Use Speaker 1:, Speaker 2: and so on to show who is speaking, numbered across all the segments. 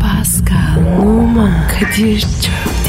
Speaker 1: Pascal, Oman, Kadir çok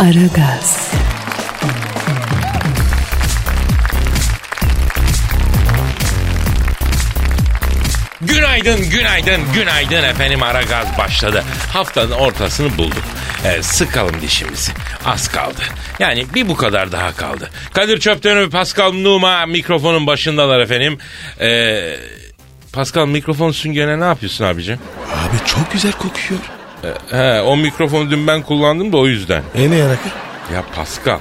Speaker 1: Aragaz,
Speaker 2: Günaydın, günaydın, günaydın efendim. Ara gaz başladı. Haftanın ortasını bulduk. Ee, sıkalım dişimizi. Az kaldı. Yani bir bu kadar daha kaldı. Kadir Çöpten ve Pascal Numa mikrofonun başındalar efendim. Ee, Pascal mikrofon süngene ne yapıyorsun abicim?
Speaker 3: Abi çok güzel kokuyor.
Speaker 2: He, o mikrofonu dün ben kullandım da o yüzden.
Speaker 3: E ne yarak?
Speaker 2: Ya Pascal.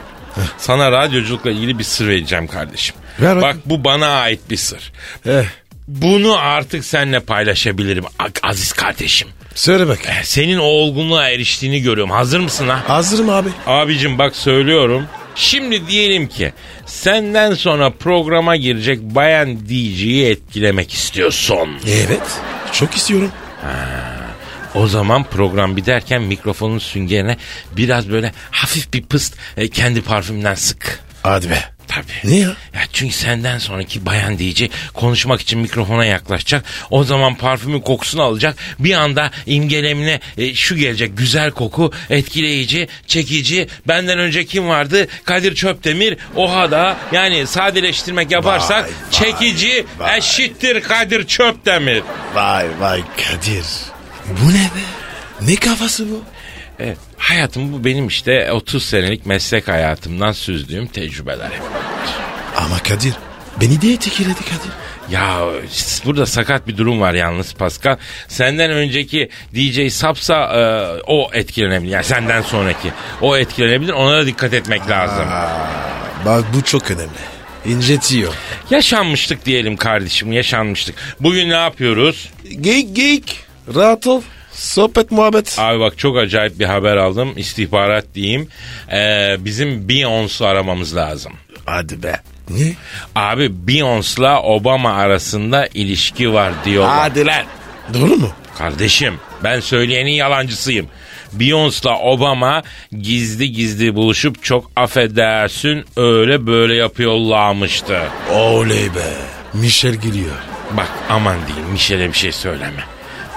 Speaker 2: Sana radyoculukla ilgili bir sır vereceğim kardeşim.
Speaker 3: Ver bakayım.
Speaker 2: Bak bu bana ait bir sır.
Speaker 3: Eh,
Speaker 2: Bunu artık seninle paylaşabilirim a- aziz kardeşim.
Speaker 3: söyle bak.
Speaker 2: Eh, Senin o olgunluğa eriştiğini görüyorum. Hazır mısın ha?
Speaker 3: Hazırım abi.
Speaker 2: Abicim bak söylüyorum. Şimdi diyelim ki senden sonra programa girecek bayan DJ'yi etkilemek istiyorsun.
Speaker 3: Evet. Çok istiyorum.
Speaker 2: O zaman program biterken mikrofonun süngerine biraz böyle hafif bir pıst e, kendi parfümden sık.
Speaker 3: Hadi be.
Speaker 2: Tabii.
Speaker 3: Niye ya?
Speaker 2: Ya çünkü senden sonraki bayan DJ konuşmak için mikrofona yaklaşacak. O zaman parfümün kokusunu alacak. Bir anda imgelemine e, şu gelecek. Güzel koku, etkileyici, çekici. Benden önce kim vardı? Kadir Çöptemir. Oha da yani sadeleştirmek
Speaker 3: Vay,
Speaker 2: yaparsak
Speaker 3: vay,
Speaker 2: çekici
Speaker 3: vay.
Speaker 2: eşittir Kadir Çöptemir.
Speaker 3: Vay vay Kadir. Bu ne be? Ne kafası bu?
Speaker 2: Evet, hayatım bu benim işte 30 senelik meslek hayatımdan süzdüğüm tecrübeler.
Speaker 3: Ama Kadir. Beni de etikiledi Kadir.
Speaker 2: Ya s- burada sakat bir durum var yalnız Pascal. Senden önceki DJ Sapsa e, o etkilenebilir. Yani senden sonraki o etkilenebilir. Ona da dikkat etmek lazım.
Speaker 3: Bak bu çok önemli. İncetiyor.
Speaker 2: Yaşanmışlık diyelim kardeşim yaşanmışlık. Bugün ne yapıyoruz?
Speaker 3: Geyik geyik. Rahat ol. Sohbet muhabbet.
Speaker 2: Abi bak çok acayip bir haber aldım. İstihbarat diyeyim. E, bizim Beyoncé'u aramamız lazım.
Speaker 3: Hadi be. Ne?
Speaker 2: Abi Beyoncé'la Obama arasında ilişki var diyorlar.
Speaker 3: lan. Doğru mu?
Speaker 2: Kardeşim ben söyleyenin yalancısıyım. Beyoncé'la Obama gizli gizli buluşup çok affedersin öyle böyle yapıyorlarmıştı.
Speaker 3: Oley be. Michel geliyor.
Speaker 2: Bak aman diyeyim Michelle'e bir şey söyleme.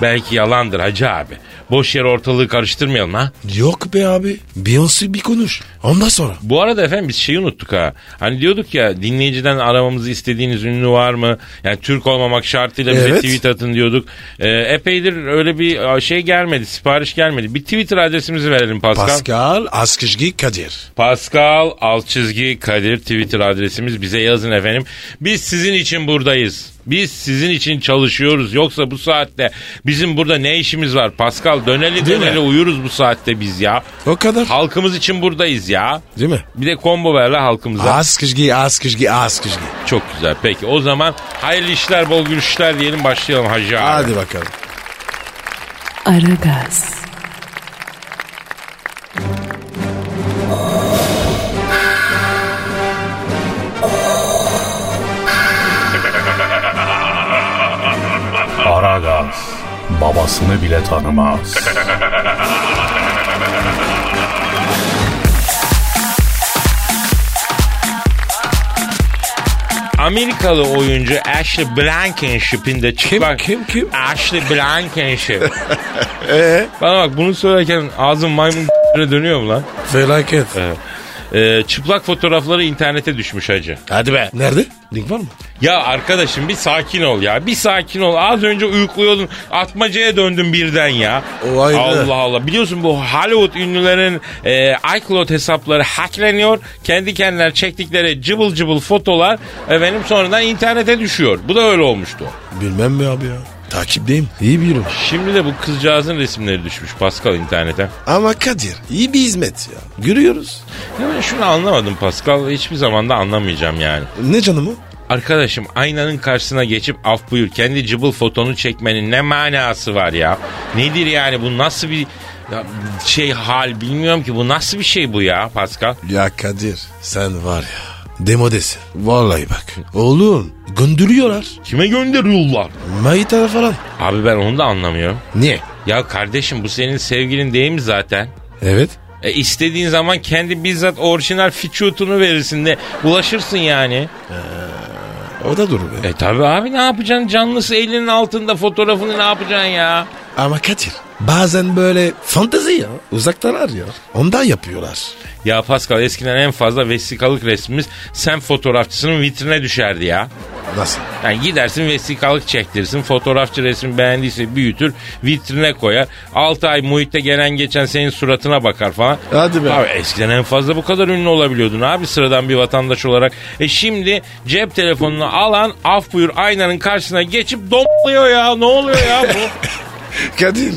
Speaker 2: Belki yalandır hacı abi. Boş yere ortalığı karıştırmayalım ha.
Speaker 3: Yok be abi. Beyoncé bir konuş. Ondan sonra.
Speaker 2: Bu arada efendim biz şeyi unuttuk ha. Hani diyorduk ya dinleyiciden aramamızı istediğiniz ünlü var mı? Yani Türk olmamak şartıyla bize
Speaker 3: Evet.
Speaker 2: tweet atın diyorduk. Ee, epeydir öyle bir şey gelmedi, sipariş gelmedi. Bir Twitter adresimizi verelim Pascal.
Speaker 3: Pascal Askışgi Kadir.
Speaker 2: Pascal alt çizgi Kadir Twitter adresimiz bize yazın efendim. Biz sizin için buradayız. Biz sizin için çalışıyoruz. Yoksa bu saatte bizim burada ne işimiz var Pascal? Döneli
Speaker 3: Değil mi?
Speaker 2: döneli uyuruz bu saatte biz ya.
Speaker 3: O kadar.
Speaker 2: Halkımız için buradayız ya.
Speaker 3: Değil mi?
Speaker 2: Bir de combo ver la halkımıza.
Speaker 3: Askışgi, Askışgi, Askışgi.
Speaker 2: Çok güzel. Peki o zaman hayırlı işler, bol gülüşler diyelim. Başlayalım hacı abi.
Speaker 3: Hadi bakalım.
Speaker 1: Aragaz,
Speaker 4: Aragaz babasını bile tanımaz.
Speaker 2: Amerikalı oyuncu Ashley Blankenship'in de çıplak...
Speaker 3: kim, kim? Ee?
Speaker 2: Ashley Blankenship. Bana bak bunu söylerken ağzım maymun dönüyor mu lan?
Speaker 3: Felaket.
Speaker 2: Ee, çıplak fotoğrafları internete düşmüş hacı.
Speaker 3: Hadi be. Nerede? Link var mı?
Speaker 2: Ya arkadaşım bir sakin ol ya. Bir sakin ol. Az önce uyukluyordun. Atmacaya döndün birden ya.
Speaker 3: O ayrı.
Speaker 2: Allah Allah. Biliyorsun bu Hollywood ünlülerin e, iCloud hesapları hackleniyor. Kendi kendiler çektikleri cıbıl cıbıl fotolar efendim sonradan internete düşüyor. Bu da öyle olmuştu.
Speaker 3: Bilmem mi abi ya. Takipteyim. İyi biliyorum.
Speaker 2: Şimdi de bu kızcağızın resimleri düşmüş Pascal internete.
Speaker 3: Ama Kadir iyi bir hizmet ya. Görüyoruz.
Speaker 2: Ya ben şunu anlamadım Pascal. Hiçbir zaman da anlamayacağım yani.
Speaker 3: Ne canımı?
Speaker 2: Arkadaşım aynanın karşısına geçip af buyur kendi cıbıl fotonu çekmenin ne manası var ya? Nedir yani bu nasıl bir ya şey hal bilmiyorum ki bu nasıl bir şey bu ya Pascal?
Speaker 3: Ya Kadir sen var ya demodesin. Vallahi bak. Oğlum gönderiyorlar.
Speaker 2: Kime gönderiyorlar?
Speaker 3: Mayıtara falan.
Speaker 2: Abi ben onu da anlamıyorum.
Speaker 3: Niye?
Speaker 2: Ya kardeşim bu senin sevgilin değil mi zaten?
Speaker 3: Evet.
Speaker 2: E istediğin zaman kendi bizzat orijinal fiçutunu verirsin de ulaşırsın yani.
Speaker 3: O da doğru. be.
Speaker 2: E tabi abi ne yapacaksın canlısı elinin altında fotoğrafını ne yapacaksın ya?
Speaker 3: Ama Kadir bazen böyle fantezi ya. Uzaktalar ya. Ondan yapıyorlar.
Speaker 2: Ya Pascal eskiden en fazla vesikalık resmimiz sen fotoğrafçısının vitrine düşerdi ya.
Speaker 3: Nasıl?
Speaker 2: Yani gidersin vesikalık çektirirsin. Fotoğrafçı resmi beğendiyse büyütür. Vitrine koyar. 6 ay muhitte gelen geçen senin suratına bakar falan.
Speaker 3: Hadi be.
Speaker 2: Abi eskiden en fazla bu kadar ünlü olabiliyordun abi sıradan bir vatandaş olarak. E şimdi cep telefonunu alan af buyur aynanın karşısına geçip donuyor ya. Ne oluyor ya bu?
Speaker 3: Kadir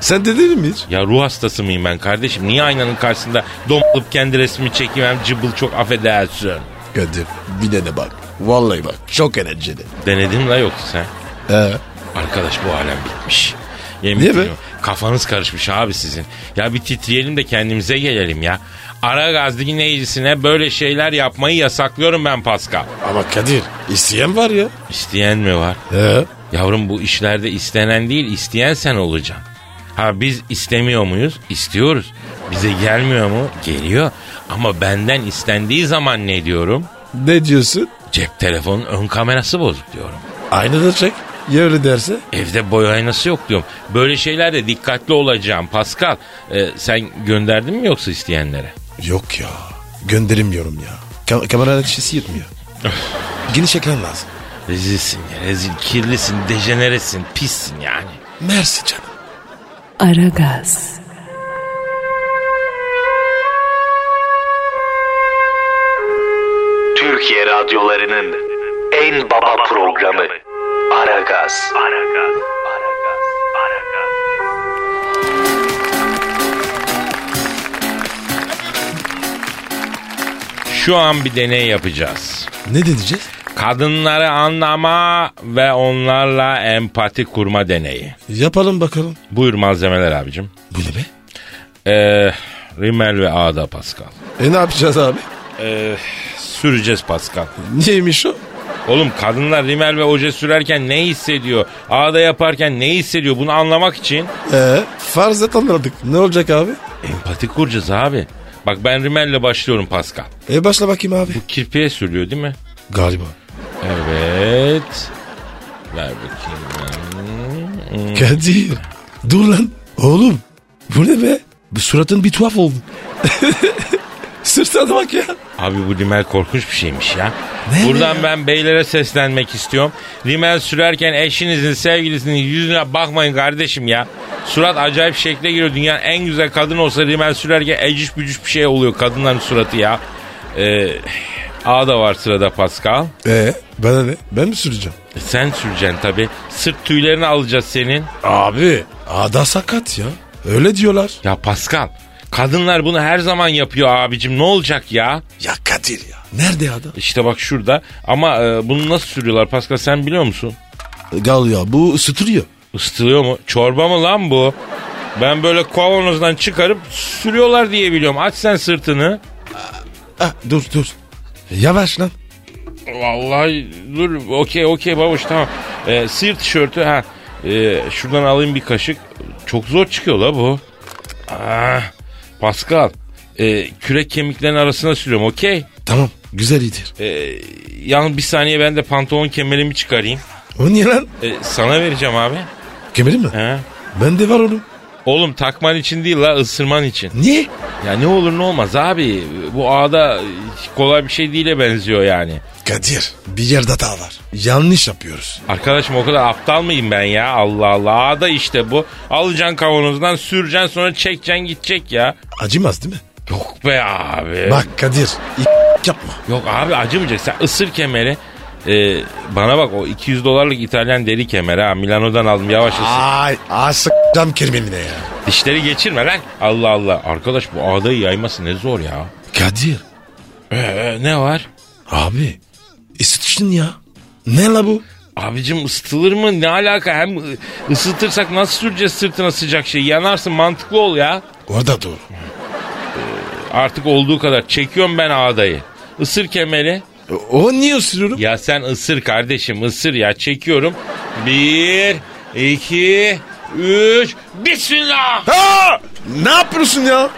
Speaker 3: sen dedin mi hiç?
Speaker 2: ya ruh hastası mıyım ben kardeşim? Niye aynanın karşısında donlup kendi resmi çekeyim? Cıbıl çok affedersin.
Speaker 3: Kadir bir dene bak. Vallahi bak çok eğlenceli.
Speaker 2: Denedin la yoksa sen.
Speaker 3: Ee,
Speaker 2: Arkadaş bu alem bitmiş. Yemin
Speaker 3: Niye be?
Speaker 2: ediyorum. Kafanız karışmış abi sizin. Ya bir titreyelim de kendimize gelelim ya. Ara gaz dinleyicisine böyle şeyler yapmayı yasaklıyorum ben Pascal.
Speaker 3: ama Kadir isteyen var ya.
Speaker 2: İsteyen mi var?
Speaker 3: Ee,
Speaker 2: Yavrum bu işlerde istenen değil isteyen sen olacaksın. Ha biz istemiyor muyuz? İstiyoruz. Bize gelmiyor mu? Geliyor. Ama benden istendiği zaman ne diyorum?
Speaker 3: ne diyorsun?
Speaker 2: Cep telefonun ön kamerası bozuk diyorum.
Speaker 3: Aynı da çek. Ya öyle derse?
Speaker 2: Evde boy aynası yok diyorum. Böyle şeylerde dikkatli olacağım. Pascal e, sen gönderdin mi yoksa isteyenlere?
Speaker 3: Yok ya. Gönderemiyorum ya. Ka- kamera şişesi yetmiyor. Geniş ekran lazım.
Speaker 2: Rezilsin ya rezil. Kirlisin, dejeneresin, pissin yani.
Speaker 3: Mersi canım.
Speaker 1: Aragaz,
Speaker 5: Türkiye radyolarının en baba programı Aragaz.
Speaker 2: Şu an bir deney yapacağız.
Speaker 3: Ne deneyeceğiz?
Speaker 2: Kadınları anlama ve onlarla empati kurma deneyi.
Speaker 3: Yapalım bakalım.
Speaker 2: Buyur malzemeler abicim.
Speaker 3: Bu ne be?
Speaker 2: E, Rimmel ve Ağda Pascal.
Speaker 3: E ne yapacağız abi?
Speaker 2: Süreceğiz Pascal.
Speaker 3: Neymiş o?
Speaker 2: Oğlum kadınlar rimel ve oje sürerken ne hissediyor? Ağda yaparken ne hissediyor? Bunu anlamak için
Speaker 3: Ee, farz et anladık. Ne olacak abi?
Speaker 2: Empati kuracağız abi. Bak ben rimelle başlıyorum Pascal.
Speaker 3: E başla bakayım abi.
Speaker 2: Kirpiğe sürüyor değil mi?
Speaker 3: Galiba.
Speaker 2: Evet. Ver bakayım.
Speaker 3: Hmm. Kadir. Dur lan. Oğlum. Bu ne be? Bu suratın bir tuhaf oldu. Sırtına bak ya.
Speaker 2: Abi bu rimel korkunç bir şeymiş ya.
Speaker 3: Ne
Speaker 2: Buradan
Speaker 3: ya?
Speaker 2: ben beylere seslenmek istiyorum. Rimel sürerken eşinizin, sevgilisinin yüzüne bakmayın kardeşim ya. Surat acayip şekle giriyor. Dünyanın en güzel kadın olsa rimel sürerken eciş bücüş bir şey oluyor kadınların suratı ya. Ee, A da var sırada Pascal.
Speaker 3: E bana ne? Ben mi süreceğim?
Speaker 2: E Sen süreceksin tabii. Sırt tüylerini alacağız senin.
Speaker 3: Abi. Ada sakat ya. Öyle diyorlar.
Speaker 2: Ya Pascal kadınlar bunu her zaman yapıyor abicim ne olacak ya?
Speaker 3: Ya Kadir ya. Nerede adam?
Speaker 2: İşte bak şurada ama e, bunu nasıl sürüyorlar Pascal sen biliyor musun?
Speaker 3: Gal ya bu ısıtırıyor.
Speaker 2: Isıtılıyor mu? Çorba mı lan bu? Ben böyle kavanozdan çıkarıp sürüyorlar diye biliyorum. Aç sen sırtını.
Speaker 3: Ah, dur dur. E, Yavaş lan.
Speaker 2: Vallahi dur okey okey babuş tamam. E, sıyır tişörtü ha. E, şuradan alayım bir kaşık. Çok zor çıkıyor la bu. Ah, Pascal e, kürek kemiklerin arasına sürüyorum okey.
Speaker 3: Tamam güzel iyidir.
Speaker 2: Ee, yalnız bir saniye ben de pantolon kemerimi çıkarayım.
Speaker 3: O niye lan?
Speaker 2: Ee, sana vereceğim abi.
Speaker 3: Kemerim mi?
Speaker 2: He.
Speaker 3: Bende var oğlum.
Speaker 2: Oğlum takman için değil la ısırman için.
Speaker 3: Niye?
Speaker 2: Ya ne olur ne olmaz abi. Bu ağda kolay bir şey değil'e benziyor yani.
Speaker 3: Kadir bir yerde hata var. Yanlış yapıyoruz.
Speaker 2: Arkadaşım o kadar aptal mıyım ben ya? Allah Allah. Ağda işte bu. Alacaksın kavanozdan süreceksin sonra çekeceksin gidecek ya.
Speaker 3: Acımaz değil mi?
Speaker 2: Yok be abi.
Speaker 3: Bak Kadir i- yapma.
Speaker 2: Yok abi acımayacak. Sen ısır kemeri. Ee, bana bak o 200 dolarlık İtalyan deri kemeri ha. Milano'dan aldım yavaş ısır.
Speaker 3: Ay asıklam kerimine ya.
Speaker 2: Dişleri geçirme lan. Allah Allah. Arkadaş bu ağdayı yayması ne zor ya.
Speaker 3: Kadir
Speaker 2: Ee, ne var?
Speaker 3: abi Isıtıştın ya. Ne la bu?
Speaker 2: Abicim ısıtılır mı? Ne alaka? Hem ısıtırsak nasıl süreceğiz sırtına sıcak şey? Yanarsın mantıklı ol ya.
Speaker 3: Orada doğru.
Speaker 2: Artık olduğu kadar. Çekiyorum ben ağdayı. Isır kemeri.
Speaker 3: O, o niye ısırıyorum?
Speaker 2: Ya sen ısır kardeşim ısır ya çekiyorum. Bir, iki, üç. Bismillah.
Speaker 3: Aa! Ne yapıyorsun ya?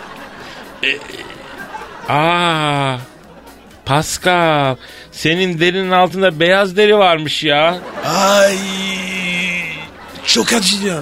Speaker 2: Aa, Pascal senin derinin altında beyaz deri varmış ya.
Speaker 3: Ay çok acı ya.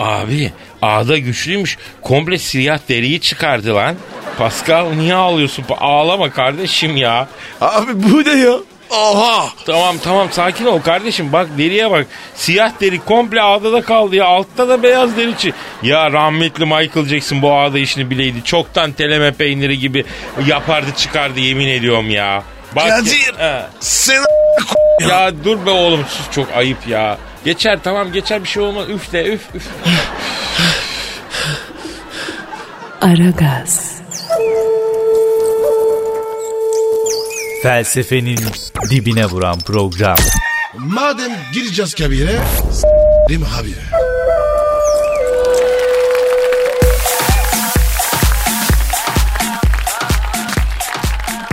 Speaker 2: Abi ağda güçlüymüş. Komple siyah deriyi çıkardı lan. Pascal niye ağlıyorsun? Ağlama kardeşim ya.
Speaker 3: Abi bu ne ya? Oha.
Speaker 2: Tamam tamam sakin ol kardeşim bak deriye bak. Siyah deri komple ağda da kaldı ya. Altta da beyaz deri çi. Ya rahmetli Michael Jackson bu ağda işini bileydi. Çoktan teleme peyniri gibi yapardı çıkardı yemin ediyorum ya. Bak,
Speaker 3: Kadir.
Speaker 2: He.
Speaker 3: Sen
Speaker 2: Ya dur be oğlum sus çok ayıp ya. Geçer tamam geçer bir şey olmaz. Üf de üf üf.
Speaker 1: Aragaz,
Speaker 6: Felsefenin dibine vuran program.
Speaker 3: madem gireceğiz kabire. Rim abi.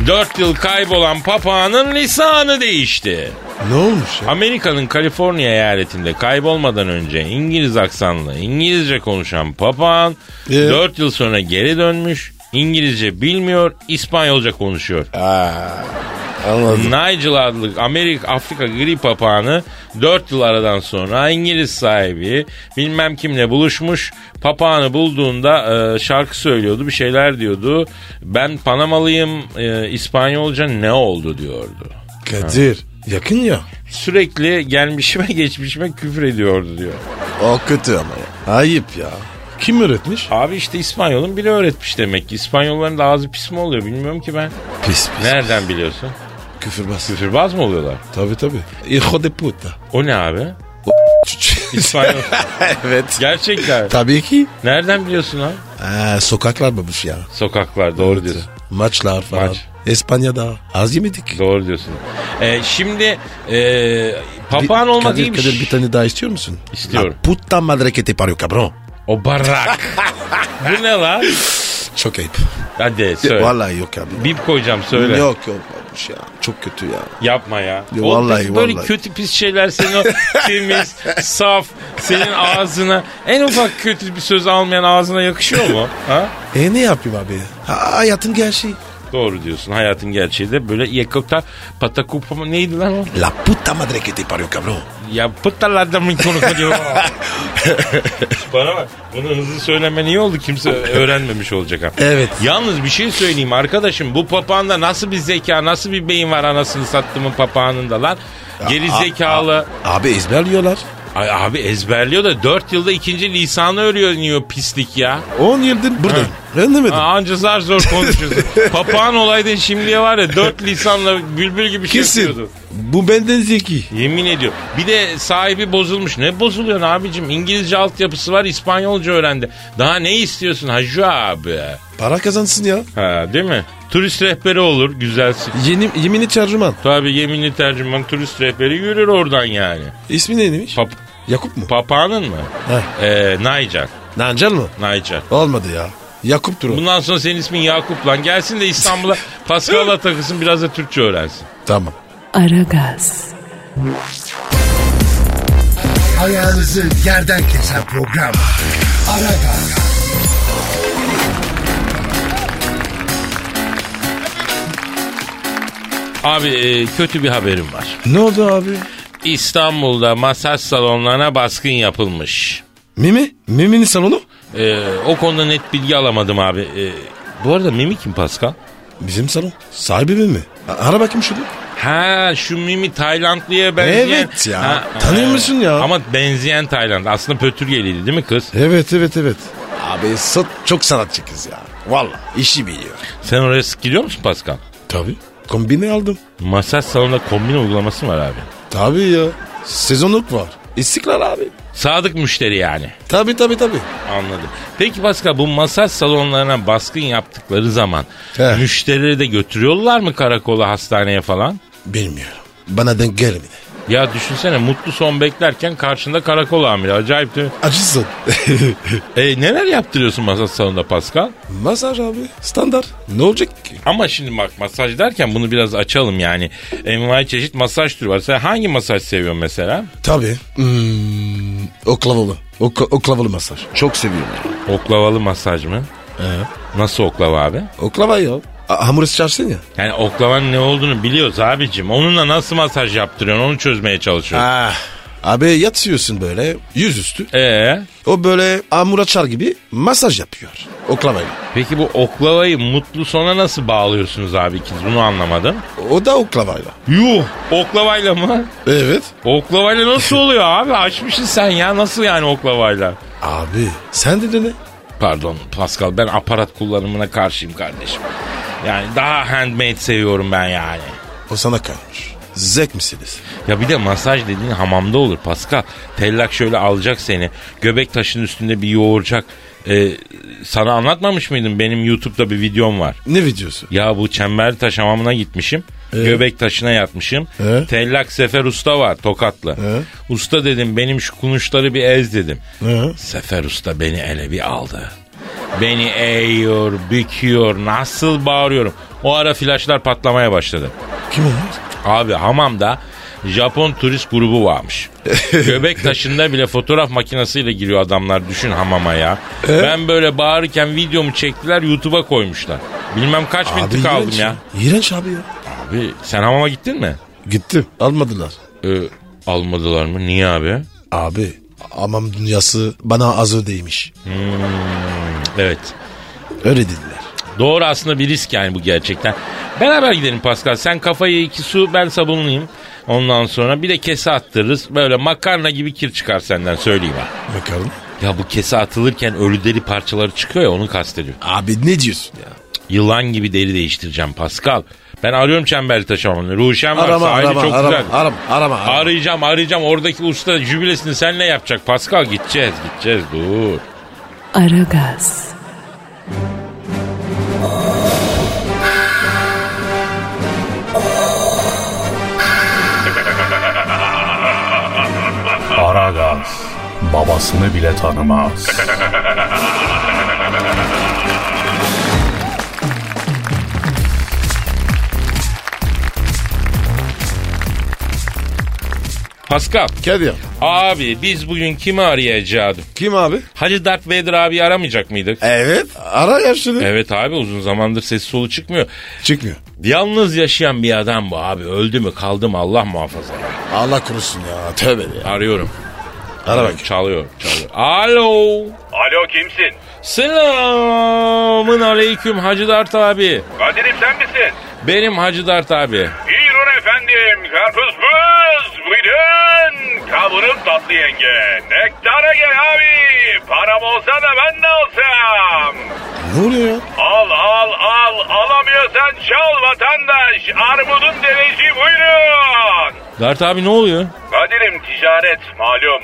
Speaker 2: Dört yıl kaybolan papağanın lisanı değişti.
Speaker 3: Ne olmuş ya?
Speaker 2: Amerika'nın Kaliforniya eyaletinde kaybolmadan önce İngiliz aksanlı İngilizce konuşan papağan
Speaker 3: Ee?
Speaker 2: 4 yıl sonra geri dönmüş. İngilizce bilmiyor, İspanyolca konuşuyor.
Speaker 3: Anladım.
Speaker 2: Nigel adlı Amerika Afrika gri papağanı 4 yıl aradan sonra İngiliz sahibi bilmem kimle buluşmuş. Papağanı bulduğunda e, şarkı söylüyordu, bir şeyler diyordu. Ben Panamalıyım, e, İspanyolca ne oldu diyordu.
Speaker 3: Kadir yakın ya.
Speaker 2: Sürekli gelmişime geçmişime küfür ediyordu diyor.
Speaker 3: O kötü ama ya. Ayıp ya. Kim öğretmiş?
Speaker 2: Abi işte İspanyol'un biri öğretmiş demek ki. İspanyolların da ağzı pis mi oluyor bilmiyorum ki ben.
Speaker 3: Pis pis.
Speaker 2: Nereden biliyorsun?
Speaker 3: Küfürbaz.
Speaker 2: Küfürbaz mı oluyorlar?
Speaker 3: Tabii tabii. Hijo de puta.
Speaker 2: O ne abi? İspanyol.
Speaker 3: evet.
Speaker 2: Gerçekten.
Speaker 3: Tabii ki.
Speaker 2: Nereden biliyorsun abi?
Speaker 3: Ee, sokaklar babuş ya.
Speaker 2: Sokaklar doğru diyorsun.
Speaker 3: Maçlar falan.
Speaker 2: Maç.
Speaker 3: İspanya'da az yemedik.
Speaker 2: Doğru diyorsun. Ee, şimdi ee, papağan olmak
Speaker 3: Kadir,
Speaker 2: iyi bir
Speaker 3: Kadir bir
Speaker 2: şey.
Speaker 3: tane daha istiyor musun?
Speaker 2: İstiyorum.
Speaker 3: La puta madre que te parió cabrón.
Speaker 2: O barak. Bu ne lan?
Speaker 3: Çok ayıp.
Speaker 2: Hadi
Speaker 3: Ya,
Speaker 2: söyle.
Speaker 3: Vallahi yok abi.
Speaker 2: Bip koyacağım söyle.
Speaker 3: Yok yok babuş ya. Çok kötü ya.
Speaker 2: Yapma ya.
Speaker 3: Yo,
Speaker 2: Oğlum
Speaker 3: vallahi,
Speaker 2: biz böyle
Speaker 3: vallahi.
Speaker 2: kötü pis şeyler senin o temiz, saf, senin ağzına en ufak kötü bir söz almayan ağzına yakışıyor mu? Ha?
Speaker 3: E ne yapayım abi? Ha, hayatın gerçeği.
Speaker 2: Doğru diyorsun. Hayatın gerçeği de böyle yakota patakupa mı neydi lan o?
Speaker 3: La puta madre que te parió cabrón.
Speaker 2: Ya pıttalarda mı konuşuyor? Bana bak. Bunu hızlı söylemen iyi oldu. Kimse öğrenmemiş olacak ha.
Speaker 3: Evet.
Speaker 2: Yalnız bir şey söyleyeyim arkadaşım. Bu papağanda nasıl bir zeka, nasıl bir beyin var anasını sattımın papağanında lan. Geri zekalı.
Speaker 3: Abi ezberliyorlar.
Speaker 2: Ay abi ezberliyor da 4 yılda ikinci lisanı öğreniyor pislik ya.
Speaker 3: 10 yıldır burada. Öğrenemedim.
Speaker 2: Ha, anca zar zor konuşuyorsun. Papağan olaydın şimdiye var ya 4 lisanla bülbül gibi şey
Speaker 3: Kesin.
Speaker 2: yapıyordun.
Speaker 3: Bu benden zeki.
Speaker 2: Yemin ediyorum. Bir de sahibi bozulmuş. Ne bozuluyorsun abicim? İngilizce altyapısı var İspanyolca öğrendi. Daha ne istiyorsun hacı abi?
Speaker 3: Para kazansın ya.
Speaker 2: Ha değil mi? Turist rehberi olur güzelsin.
Speaker 3: Yeni, yemini çarjıman.
Speaker 2: Tabi yeminli tercüman turist rehberi yürür oradan yani.
Speaker 3: İsmi neymiş?
Speaker 2: Pap
Speaker 3: Yakup mu?
Speaker 2: papağanın mı?
Speaker 3: Heh.
Speaker 2: Ee, Nigel.
Speaker 3: Nancal mı?
Speaker 2: Nigel.
Speaker 3: Olmadı ya. Yakup Turo.
Speaker 2: Bundan sonra senin ismin Yakup lan. Gelsin de İstanbul'a Pascal'la takılsın biraz da Türkçe öğrensin.
Speaker 3: Tamam.
Speaker 1: Aragaz,
Speaker 7: Ayağınızı yerden kesen program. Aragaz.
Speaker 2: Abi e, kötü bir haberim var.
Speaker 3: Ne oldu abi?
Speaker 2: İstanbul'da masaj salonlarına baskın yapılmış.
Speaker 3: Mimi? Mimi'nin salonu?
Speaker 2: E, o konuda net bilgi alamadım abi. E, bu arada Mimi kim Pascal?
Speaker 3: Bizim salon. Sahibi mi mi? A- Ara bakayım şunu.
Speaker 2: Ha şu Mimi Taylandlıya benzeyen.
Speaker 3: Evet ya. Tanıyor musun ya?
Speaker 2: Ama benzeyen Tayland. Aslında Pötürgeliydi değil mi kız?
Speaker 3: Evet evet evet. Abi sat çok sanatçı kız ya. Valla işi biliyor.
Speaker 2: Sen oraya sık gidiyor musun Pascal?
Speaker 3: Tabii. Kombini aldım.
Speaker 2: Masaj salonunda kombin uygulaması var abi.
Speaker 3: Tabii ya. Sezonluk var. İstiklal abi.
Speaker 2: Sadık müşteri yani.
Speaker 3: Tabii tabii tabii.
Speaker 2: Anladım. Peki Pascal bu masaj salonlarına baskın yaptıkları zaman
Speaker 3: He.
Speaker 2: müşterileri de götürüyorlar mı karakola hastaneye falan?
Speaker 3: Bilmiyorum. Bana denk gelmedi.
Speaker 2: Ya düşünsene mutlu son beklerken karşında karakol amiri. Acayip değil mi?
Speaker 3: Acısın.
Speaker 2: E, neler yaptırıyorsun masaj salonunda Pascal?
Speaker 3: Masaj abi standart. Ne olacak ki?
Speaker 2: Ama şimdi bak masaj derken bunu biraz açalım yani. Envai çeşit masaj türü var. Sen hangi masaj seviyorsun mesela?
Speaker 3: Tabii. Hmm, oklavalı. Ok oklavalı masaj. Çok seviyorum. ya.
Speaker 2: Oklavalı masaj mı? Nasıl oklava abi?
Speaker 3: Oklava ya. A- hamur sıçarsın ya.
Speaker 2: Yani oklavanın ne olduğunu biliyoruz abicim. Onunla nasıl masaj yaptırıyorsun onu çözmeye çalışıyoruz.
Speaker 3: Ah. Abi yatıyorsun böyle yüzüstü.
Speaker 2: Ee,
Speaker 3: O böyle hamur açar gibi masaj yapıyor. Oklavayla.
Speaker 2: peki bu oklavayı mutlu sona nasıl bağlıyorsunuz abi ikiniz? Bunu anlamadım.
Speaker 3: O da oklavayla.
Speaker 2: Yuh oklavayla mı?
Speaker 3: Evet.
Speaker 2: Oklavayla nasıl oluyor abi? Açmışsın sen ya nasıl yani oklavayla?
Speaker 3: Abi sen dedin ne?
Speaker 2: Pardon Pascal ben aparat kullanımına karşıyım kardeşim. Yani daha handmade seviyorum ben yani.
Speaker 3: O sana kalmış. Zek misiniz?
Speaker 2: Ya bir de masaj dediğin hamamda olur Pascal. Tellak şöyle alacak seni. Göbek taşının üstünde bir yoğuracak. Ee, sana anlatmamış mıydım? Benim YouTube'da bir videom var.
Speaker 3: Ne videosu?
Speaker 2: Ya bu Çembertaş hamamına gitmişim. Göbek taşına yatmışım.
Speaker 3: Ee?
Speaker 2: Tellak Sefer Usta var Tokatlı. Usta dedim benim şu kunuşları bir ez dedim.
Speaker 3: Ee?
Speaker 2: Sefer Usta beni ele bir aldı. Beni eğiyor, büküyor, nasıl bağırıyorum. O ara flaşlar patlamaya başladı.
Speaker 3: Kim o?
Speaker 2: Abi hamamda Japon turist grubu varmış. Göbek taşında bile fotoğraf makinesiyle giriyor adamlar düşün hamama ya. Ben böyle bağırırken videomu çektiler YouTube'a koymuşlar. Bilmem kaç bin tık aldım
Speaker 3: iğrenç
Speaker 2: ya.
Speaker 3: İğrenç abi ya.
Speaker 2: Abi sen hamama gittin mi?
Speaker 3: Gittim. Almadılar.
Speaker 2: Ee, almadılar mı? Niye abi?
Speaker 3: Abi amam dünyası bana azı değmiş.
Speaker 2: Evet.
Speaker 3: Öyle dediler.
Speaker 2: Doğru aslında bir risk yani bu gerçekten. Beraber gidelim Pascal. Sen kafayı iki su ben sabunlayayım. Ondan sonra bir de kese attırırız. Böyle makarna gibi kir çıkar senden söyleyeyim ha.
Speaker 3: Bakalım.
Speaker 2: Ya bu kese atılırken ölü deri parçaları çıkıyor ya onu kastediyor.
Speaker 3: Abi ne diyorsun ya?
Speaker 2: Yılan gibi deri değiştireceğim Pascal. Ben arıyorum çemberli taşımalarını. Ruşen varsa
Speaker 3: Arama,
Speaker 2: ayrı
Speaker 3: arama,
Speaker 2: çok
Speaker 3: arama,
Speaker 2: güzel.
Speaker 3: arama, arama, arama.
Speaker 2: Arayacağım arayacağım oradaki usta jübilesini senle yapacak Pascal gideceğiz gideceğiz dur.
Speaker 1: Aragaz,
Speaker 4: Aragaz. Babasını bile tanımaz.
Speaker 2: Pascal
Speaker 3: Kadir.
Speaker 2: abi biz bugün kimi arayacağız?
Speaker 3: Kim abi?
Speaker 2: Hacı Darth Vader abi aramayacak mıydık?
Speaker 3: Evet. Ara ya şunu.
Speaker 2: Evet abi uzun zamandır ses solu çıkmıyor.
Speaker 3: Çıkmıyor.
Speaker 2: Yalnız yaşayan bir adam bu abi. Öldü mü kaldı mı Allah muhafaza. ya.
Speaker 3: Allah korusun ya. Tövbe de ya.
Speaker 2: Arıyorum.
Speaker 3: Ara bak.
Speaker 2: Çalıyor, çalıyor. Alo.
Speaker 8: Alo kimsin?
Speaker 2: Selamın aleyküm Hacı Dert abi.
Speaker 8: Kadir'im sen misin?
Speaker 2: Benim Hacı Dert abi.
Speaker 8: Buyurun efendim. Karpuz buz. Buyurun. Kavurum tatlı yenge. Nektara gel abi. Param olsa da ben de alsam.
Speaker 3: Ne oluyor ya?
Speaker 8: Al al al. Alamıyorsan çal vatandaş. Armudun dereci buyurun.
Speaker 2: Dert abi ne oluyor?
Speaker 8: Kadir'im ticaret malum.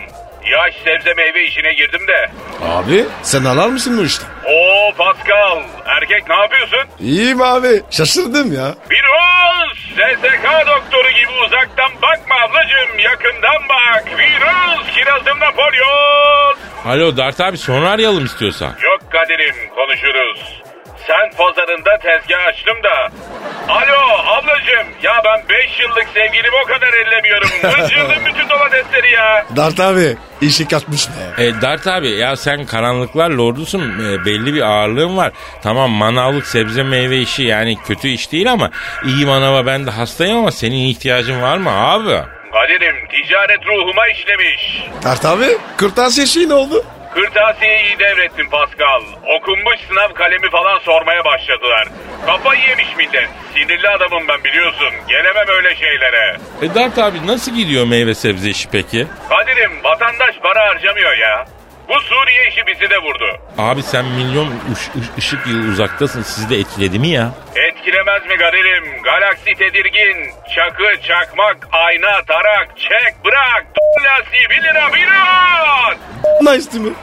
Speaker 8: Yaş sebze meyve işine girdim de.
Speaker 3: Abi sen arar mısın bu işte?
Speaker 8: Oo Pascal. Erkek ne yapıyorsun?
Speaker 3: İyiyim abi. Şaşırdım ya.
Speaker 8: Bir Virüs! SSK doktoru gibi uzaktan bakma ablacığım, yakından bak. Virüs, kirazım Napolyon.
Speaker 2: Alo Dert abi sonra arayalım istiyorsan.
Speaker 8: Yok Kadir'im, konuşuruz. Sen pazarında tezgah açtım da. Alo ablacığım, ya ben 5 yıllık sevgilimi o kadar ellemiyorum. Hıncırdım bütün domatesleri ya.
Speaker 3: Dart abi işi katmış be.
Speaker 2: E, Dert abi ya sen karanlıklar lordusun E, belli bir ağırlığın var. Tamam manavlık sebze meyve işi yani kötü iş değil ama iyi manava ben de hastayım ama senin ihtiyacın var mı abi?
Speaker 8: Kadir'im, ticaret ruhuma işlemiş.
Speaker 3: Dart abi kırtasiye şey ne oldu?
Speaker 8: Kırtasiyeyi iyi devrettin Pascal. Okunmuş sınav kalemi falan sormaya başladılar. Kafa yemiş millet. Sinirli adamım ben biliyorsun. Gelemem öyle şeylere.
Speaker 2: E, Dert abi nasıl gidiyor meyve sebze işi peki?
Speaker 8: Kadir'im vatandaş para harcamıyor ya. Bu Suriye işi bizi de vurdu.
Speaker 2: Abi sen milyon ış- ış- ışık yılı uzaktasın sizi de etkiledi mi ya?
Speaker 8: Etkilemez mi Kadir'im? Galaksi tedirgin. Çakı, çakmak, ayna, tarak, çek, bırak. Lastiği 1 lira, 1 lira.
Speaker 3: Nice mi?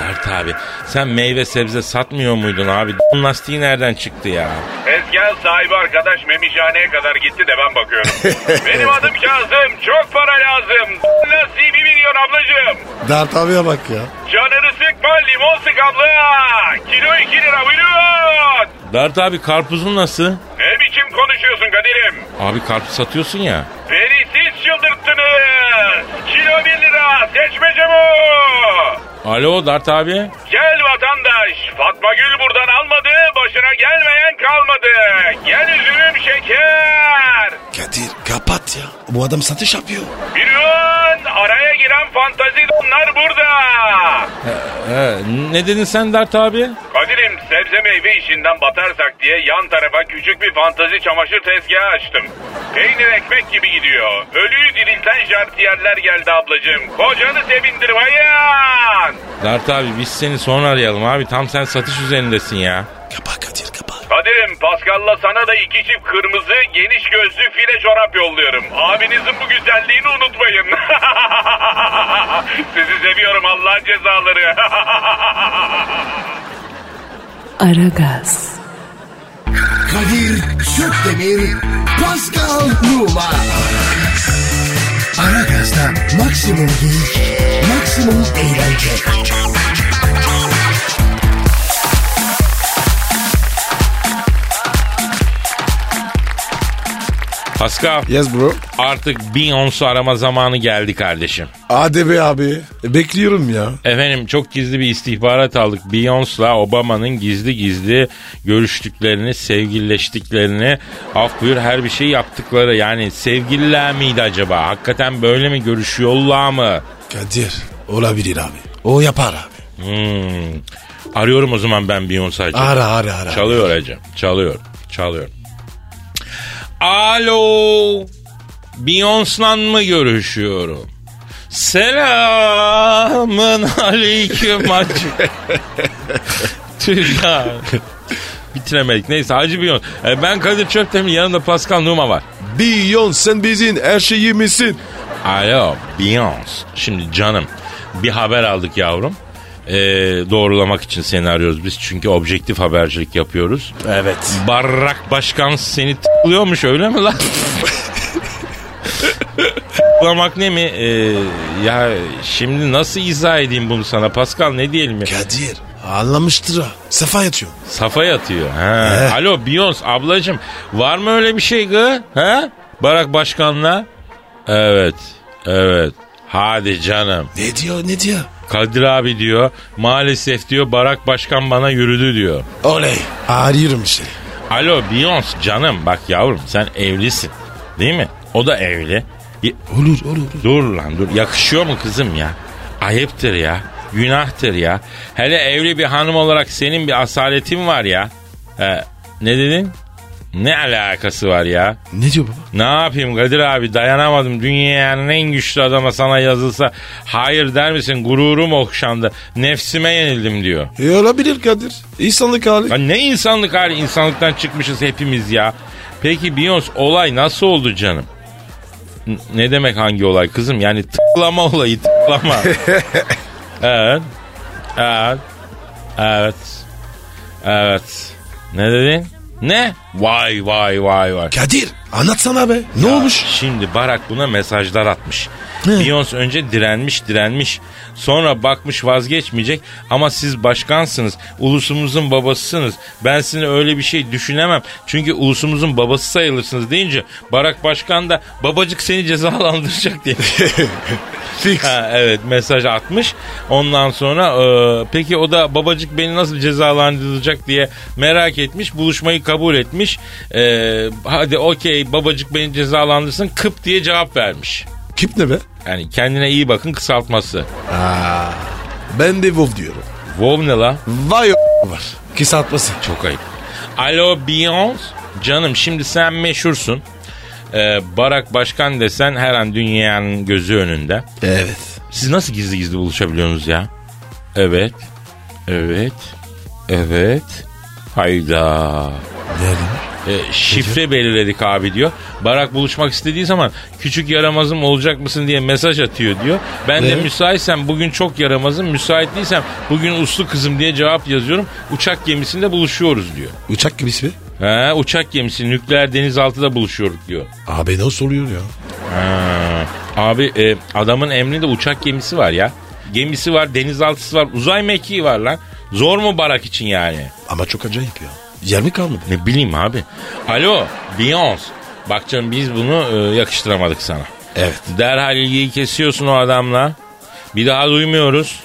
Speaker 2: Dert abi sen meyve sebze satmıyor muydun abi? Lastiği nereden çıktı ya?
Speaker 8: Ezgi Tezgah sahibi arkadaş memişhaneye kadar gitti de ben bakıyorum. Benim adım Kazım. Çok para lazım. Nasibi milyon ablacığım.
Speaker 3: Dert abiye bak ya.
Speaker 8: Canını sıkma limon sık abla. Kilo 2 lira buyurun.
Speaker 2: Dert abi karpuzun nasıl?
Speaker 8: Ne biçim konuşuyorsun Kadir'im?
Speaker 2: Abi karpuz satıyorsun ya.
Speaker 8: Beni siz çıldırttınız. Kilo 1 lira. Seçmece bu.
Speaker 2: Alo Dert abi.
Speaker 8: Gel vatandaş, Fatma Gül buradan almadı, başına gelmeyen kalmadı. Gel üzülüm şeker.
Speaker 3: Kadir kapat ya. Bu adam satış yapıyor.
Speaker 8: Biliyorsun araya giren fantazi donlar burada.
Speaker 2: He, ne dedin sen Dert abi?
Speaker 8: Kadir'im sebze meyve işinden batarsak diye yan tarafa küçük bir fantazi çamaşır tezgahı açtım. Peynir ekmek gibi gidiyor. Ölüyü dirilten jartiyerler geldi ablacığım. Kocanı sevindir bayan.
Speaker 2: Dert abi biz seni sonra arayalım abi. Tam sen satış üzerindesin ya.
Speaker 3: Kapa Kadir kapa.
Speaker 8: Kadir'im Pascal'la sana da iki çift kırmızı geniş gözlü file çorap yolluyorum. Abinizin bu güzelliğini unutmayın. Sizi seviyorum Allah'ın cezaları.
Speaker 1: Aragaz,
Speaker 7: Kadir Çöpdemir, Pascal Numa. Aragaz'da maksimum geyik, maksimum eğlence.
Speaker 2: Pascal
Speaker 3: Yes bro.
Speaker 2: artık Beyoncé arama zamanı geldi kardeşim.
Speaker 3: Hadi be abi. Bekliyorum ya.
Speaker 2: Efendim çok gizli bir istihbarat aldık. Beyoncé'la Obama'nın gizli gizli görüştüklerini, sevgilileştiklerini, af buyur her bir şey yaptıkları. Yani sevgililer miydi acaba? Hakikaten böyle mi görüşüyorlar mı?
Speaker 3: Kadir olabilir abi. O yapar abi.
Speaker 2: Hmm. Arıyorum o zaman ben Beyoncé'cı.
Speaker 3: Ara ara ara.
Speaker 2: Çalıyor Ece. Çalıyor. Çalıyor. Alo. Beyoncé'la mı görüşüyorum? Selamın aleyküm hacı. Tüh ya. Bitiremedik. Neyse Hacı Beyoncé. E, ben Kadir Çöptemir yanımda Pascal Numa var.
Speaker 3: Beyoncé sen bizim her şeyi misin?
Speaker 2: Alo Beyoncé. Şimdi canım bir haber aldık yavrum. E, doğrulamak için seni arıyoruz biz çünkü objektif habercilik yapıyoruz.
Speaker 3: Evet.
Speaker 2: Barrak başkan seni t***lıyormuş öyle mi lan? T***lamak ne mi? Ee, ya şimdi nasıl izah edeyim bunu sana Pascal ne diyelim ya?
Speaker 3: Kadir anlamıştır ha. Safa yatıyor.
Speaker 2: Safa yatıyor. Ha.
Speaker 3: He.
Speaker 2: Alo Beyoncé ablacım var mı öyle bir şey gı? Ha? Barak başkanla? Evet. Evet. Hadi canım.
Speaker 3: Ne diyor ne diyor?
Speaker 2: Kadir abi diyor maalesef diyor Barak Başkan bana yürüdü diyor.
Speaker 3: Oley. Arıyorum işte.
Speaker 2: Alo Beyoncé canım bak yavrum sen evlisin değil mi? O da evli. Y-
Speaker 3: Olur olur.
Speaker 2: Dur lan dur. Yakışıyor mu kızım ya? Ayıptır ya. Günahtır ya. Hele evli bir hanım olarak senin bir asaletin var ya. He, ne dedin? Ne alakası var ya?
Speaker 3: Ne diyor baba?
Speaker 2: Ne yapayım Kadir abi dayanamadım. Dünyanın en güçlü adama sana yazılsa hayır der misin? Gururum okşandı. Nefsime yenildim diyor.
Speaker 3: E, olabilir Kadir. İnsanlık hali.
Speaker 2: Ya ne insanlık hali insanlıktan çıkmışız hepimiz ya. Peki Beyoncé olay nasıl oldu canım? N- ne demek hangi olay kızım? Yani tıklama olayı tıklama. evet. Evet. Evet. Evet. Ne dedin? Ne? Vay vay vay vay.
Speaker 3: Kadir anlatsana be. Ne olmuş?
Speaker 2: Şimdi Barak buna mesajlar atmış. Beyoncé önce direnmiş direnmiş. Sonra bakmış vazgeçmeyecek ama siz başkansınız. Ulusumuzun babasısınız. Ben sizin öyle bir şey düşünemem. Çünkü ulusumuzun babası sayılırsınız deyince Barak Başkan da babacık seni cezalandıracak diye.
Speaker 3: Fix.
Speaker 2: Ha, evet mesaj atmış. Ondan sonra e, peki o da babacık beni nasıl cezalandırılacak diye merak etmiş. Buluşmayı kabul etmiş. E, hadi okey babacık beni cezalandırsın kıp diye cevap vermiş.
Speaker 3: Kip ne be?
Speaker 2: Yani kendine iyi bakın kısaltması.
Speaker 3: Ben de Vov diyorum.
Speaker 2: Wow ne la?
Speaker 3: Vay o- var. Kis atması.
Speaker 2: Çok ayıp. Alo Beyoncé. Canım şimdi sen meşhursun. E, Barak Başkan desen her an dünyanın gözü önünde.
Speaker 3: Evet.
Speaker 2: Siz nasıl gizli gizli buluşabiliyorsunuz ya? Evet. Evet. Evet. Hayda.
Speaker 3: Yani.
Speaker 2: E, şifre belirledik abi diyor. Barak buluşmak istediği zaman küçük yaramazım olacak mısın diye mesaj atıyor diyor. Ben de
Speaker 3: Ne?
Speaker 2: müsaitsem bugün çok yaramazım, müsait değilsem bugün uslu kızım diye cevap yazıyorum. Uçak gemisinde buluşuyoruz diyor.
Speaker 3: Uçak gibisi mi?
Speaker 2: He, uçak gemisi nükleer denizaltıda buluşuyoruz diyor.
Speaker 3: Abi nasıl oluyor ya?
Speaker 2: Ha, Abi e, adamın emrinde uçak gemisi var ya. Gemisi var, denizaltısı var, uzay mekiği var lan. Zor mu barak için yani?
Speaker 3: Ama çok acayip ya. Yer mi kalmadı?
Speaker 2: Ne bileyim abi. Alo, Beyoncé. Bak canım biz bunu e, yakıştıramadık sana.
Speaker 3: Evet.
Speaker 2: Derhal ilgiyi kesiyorsun o adamla. Bir daha duymuyoruz.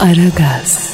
Speaker 1: Aragaz.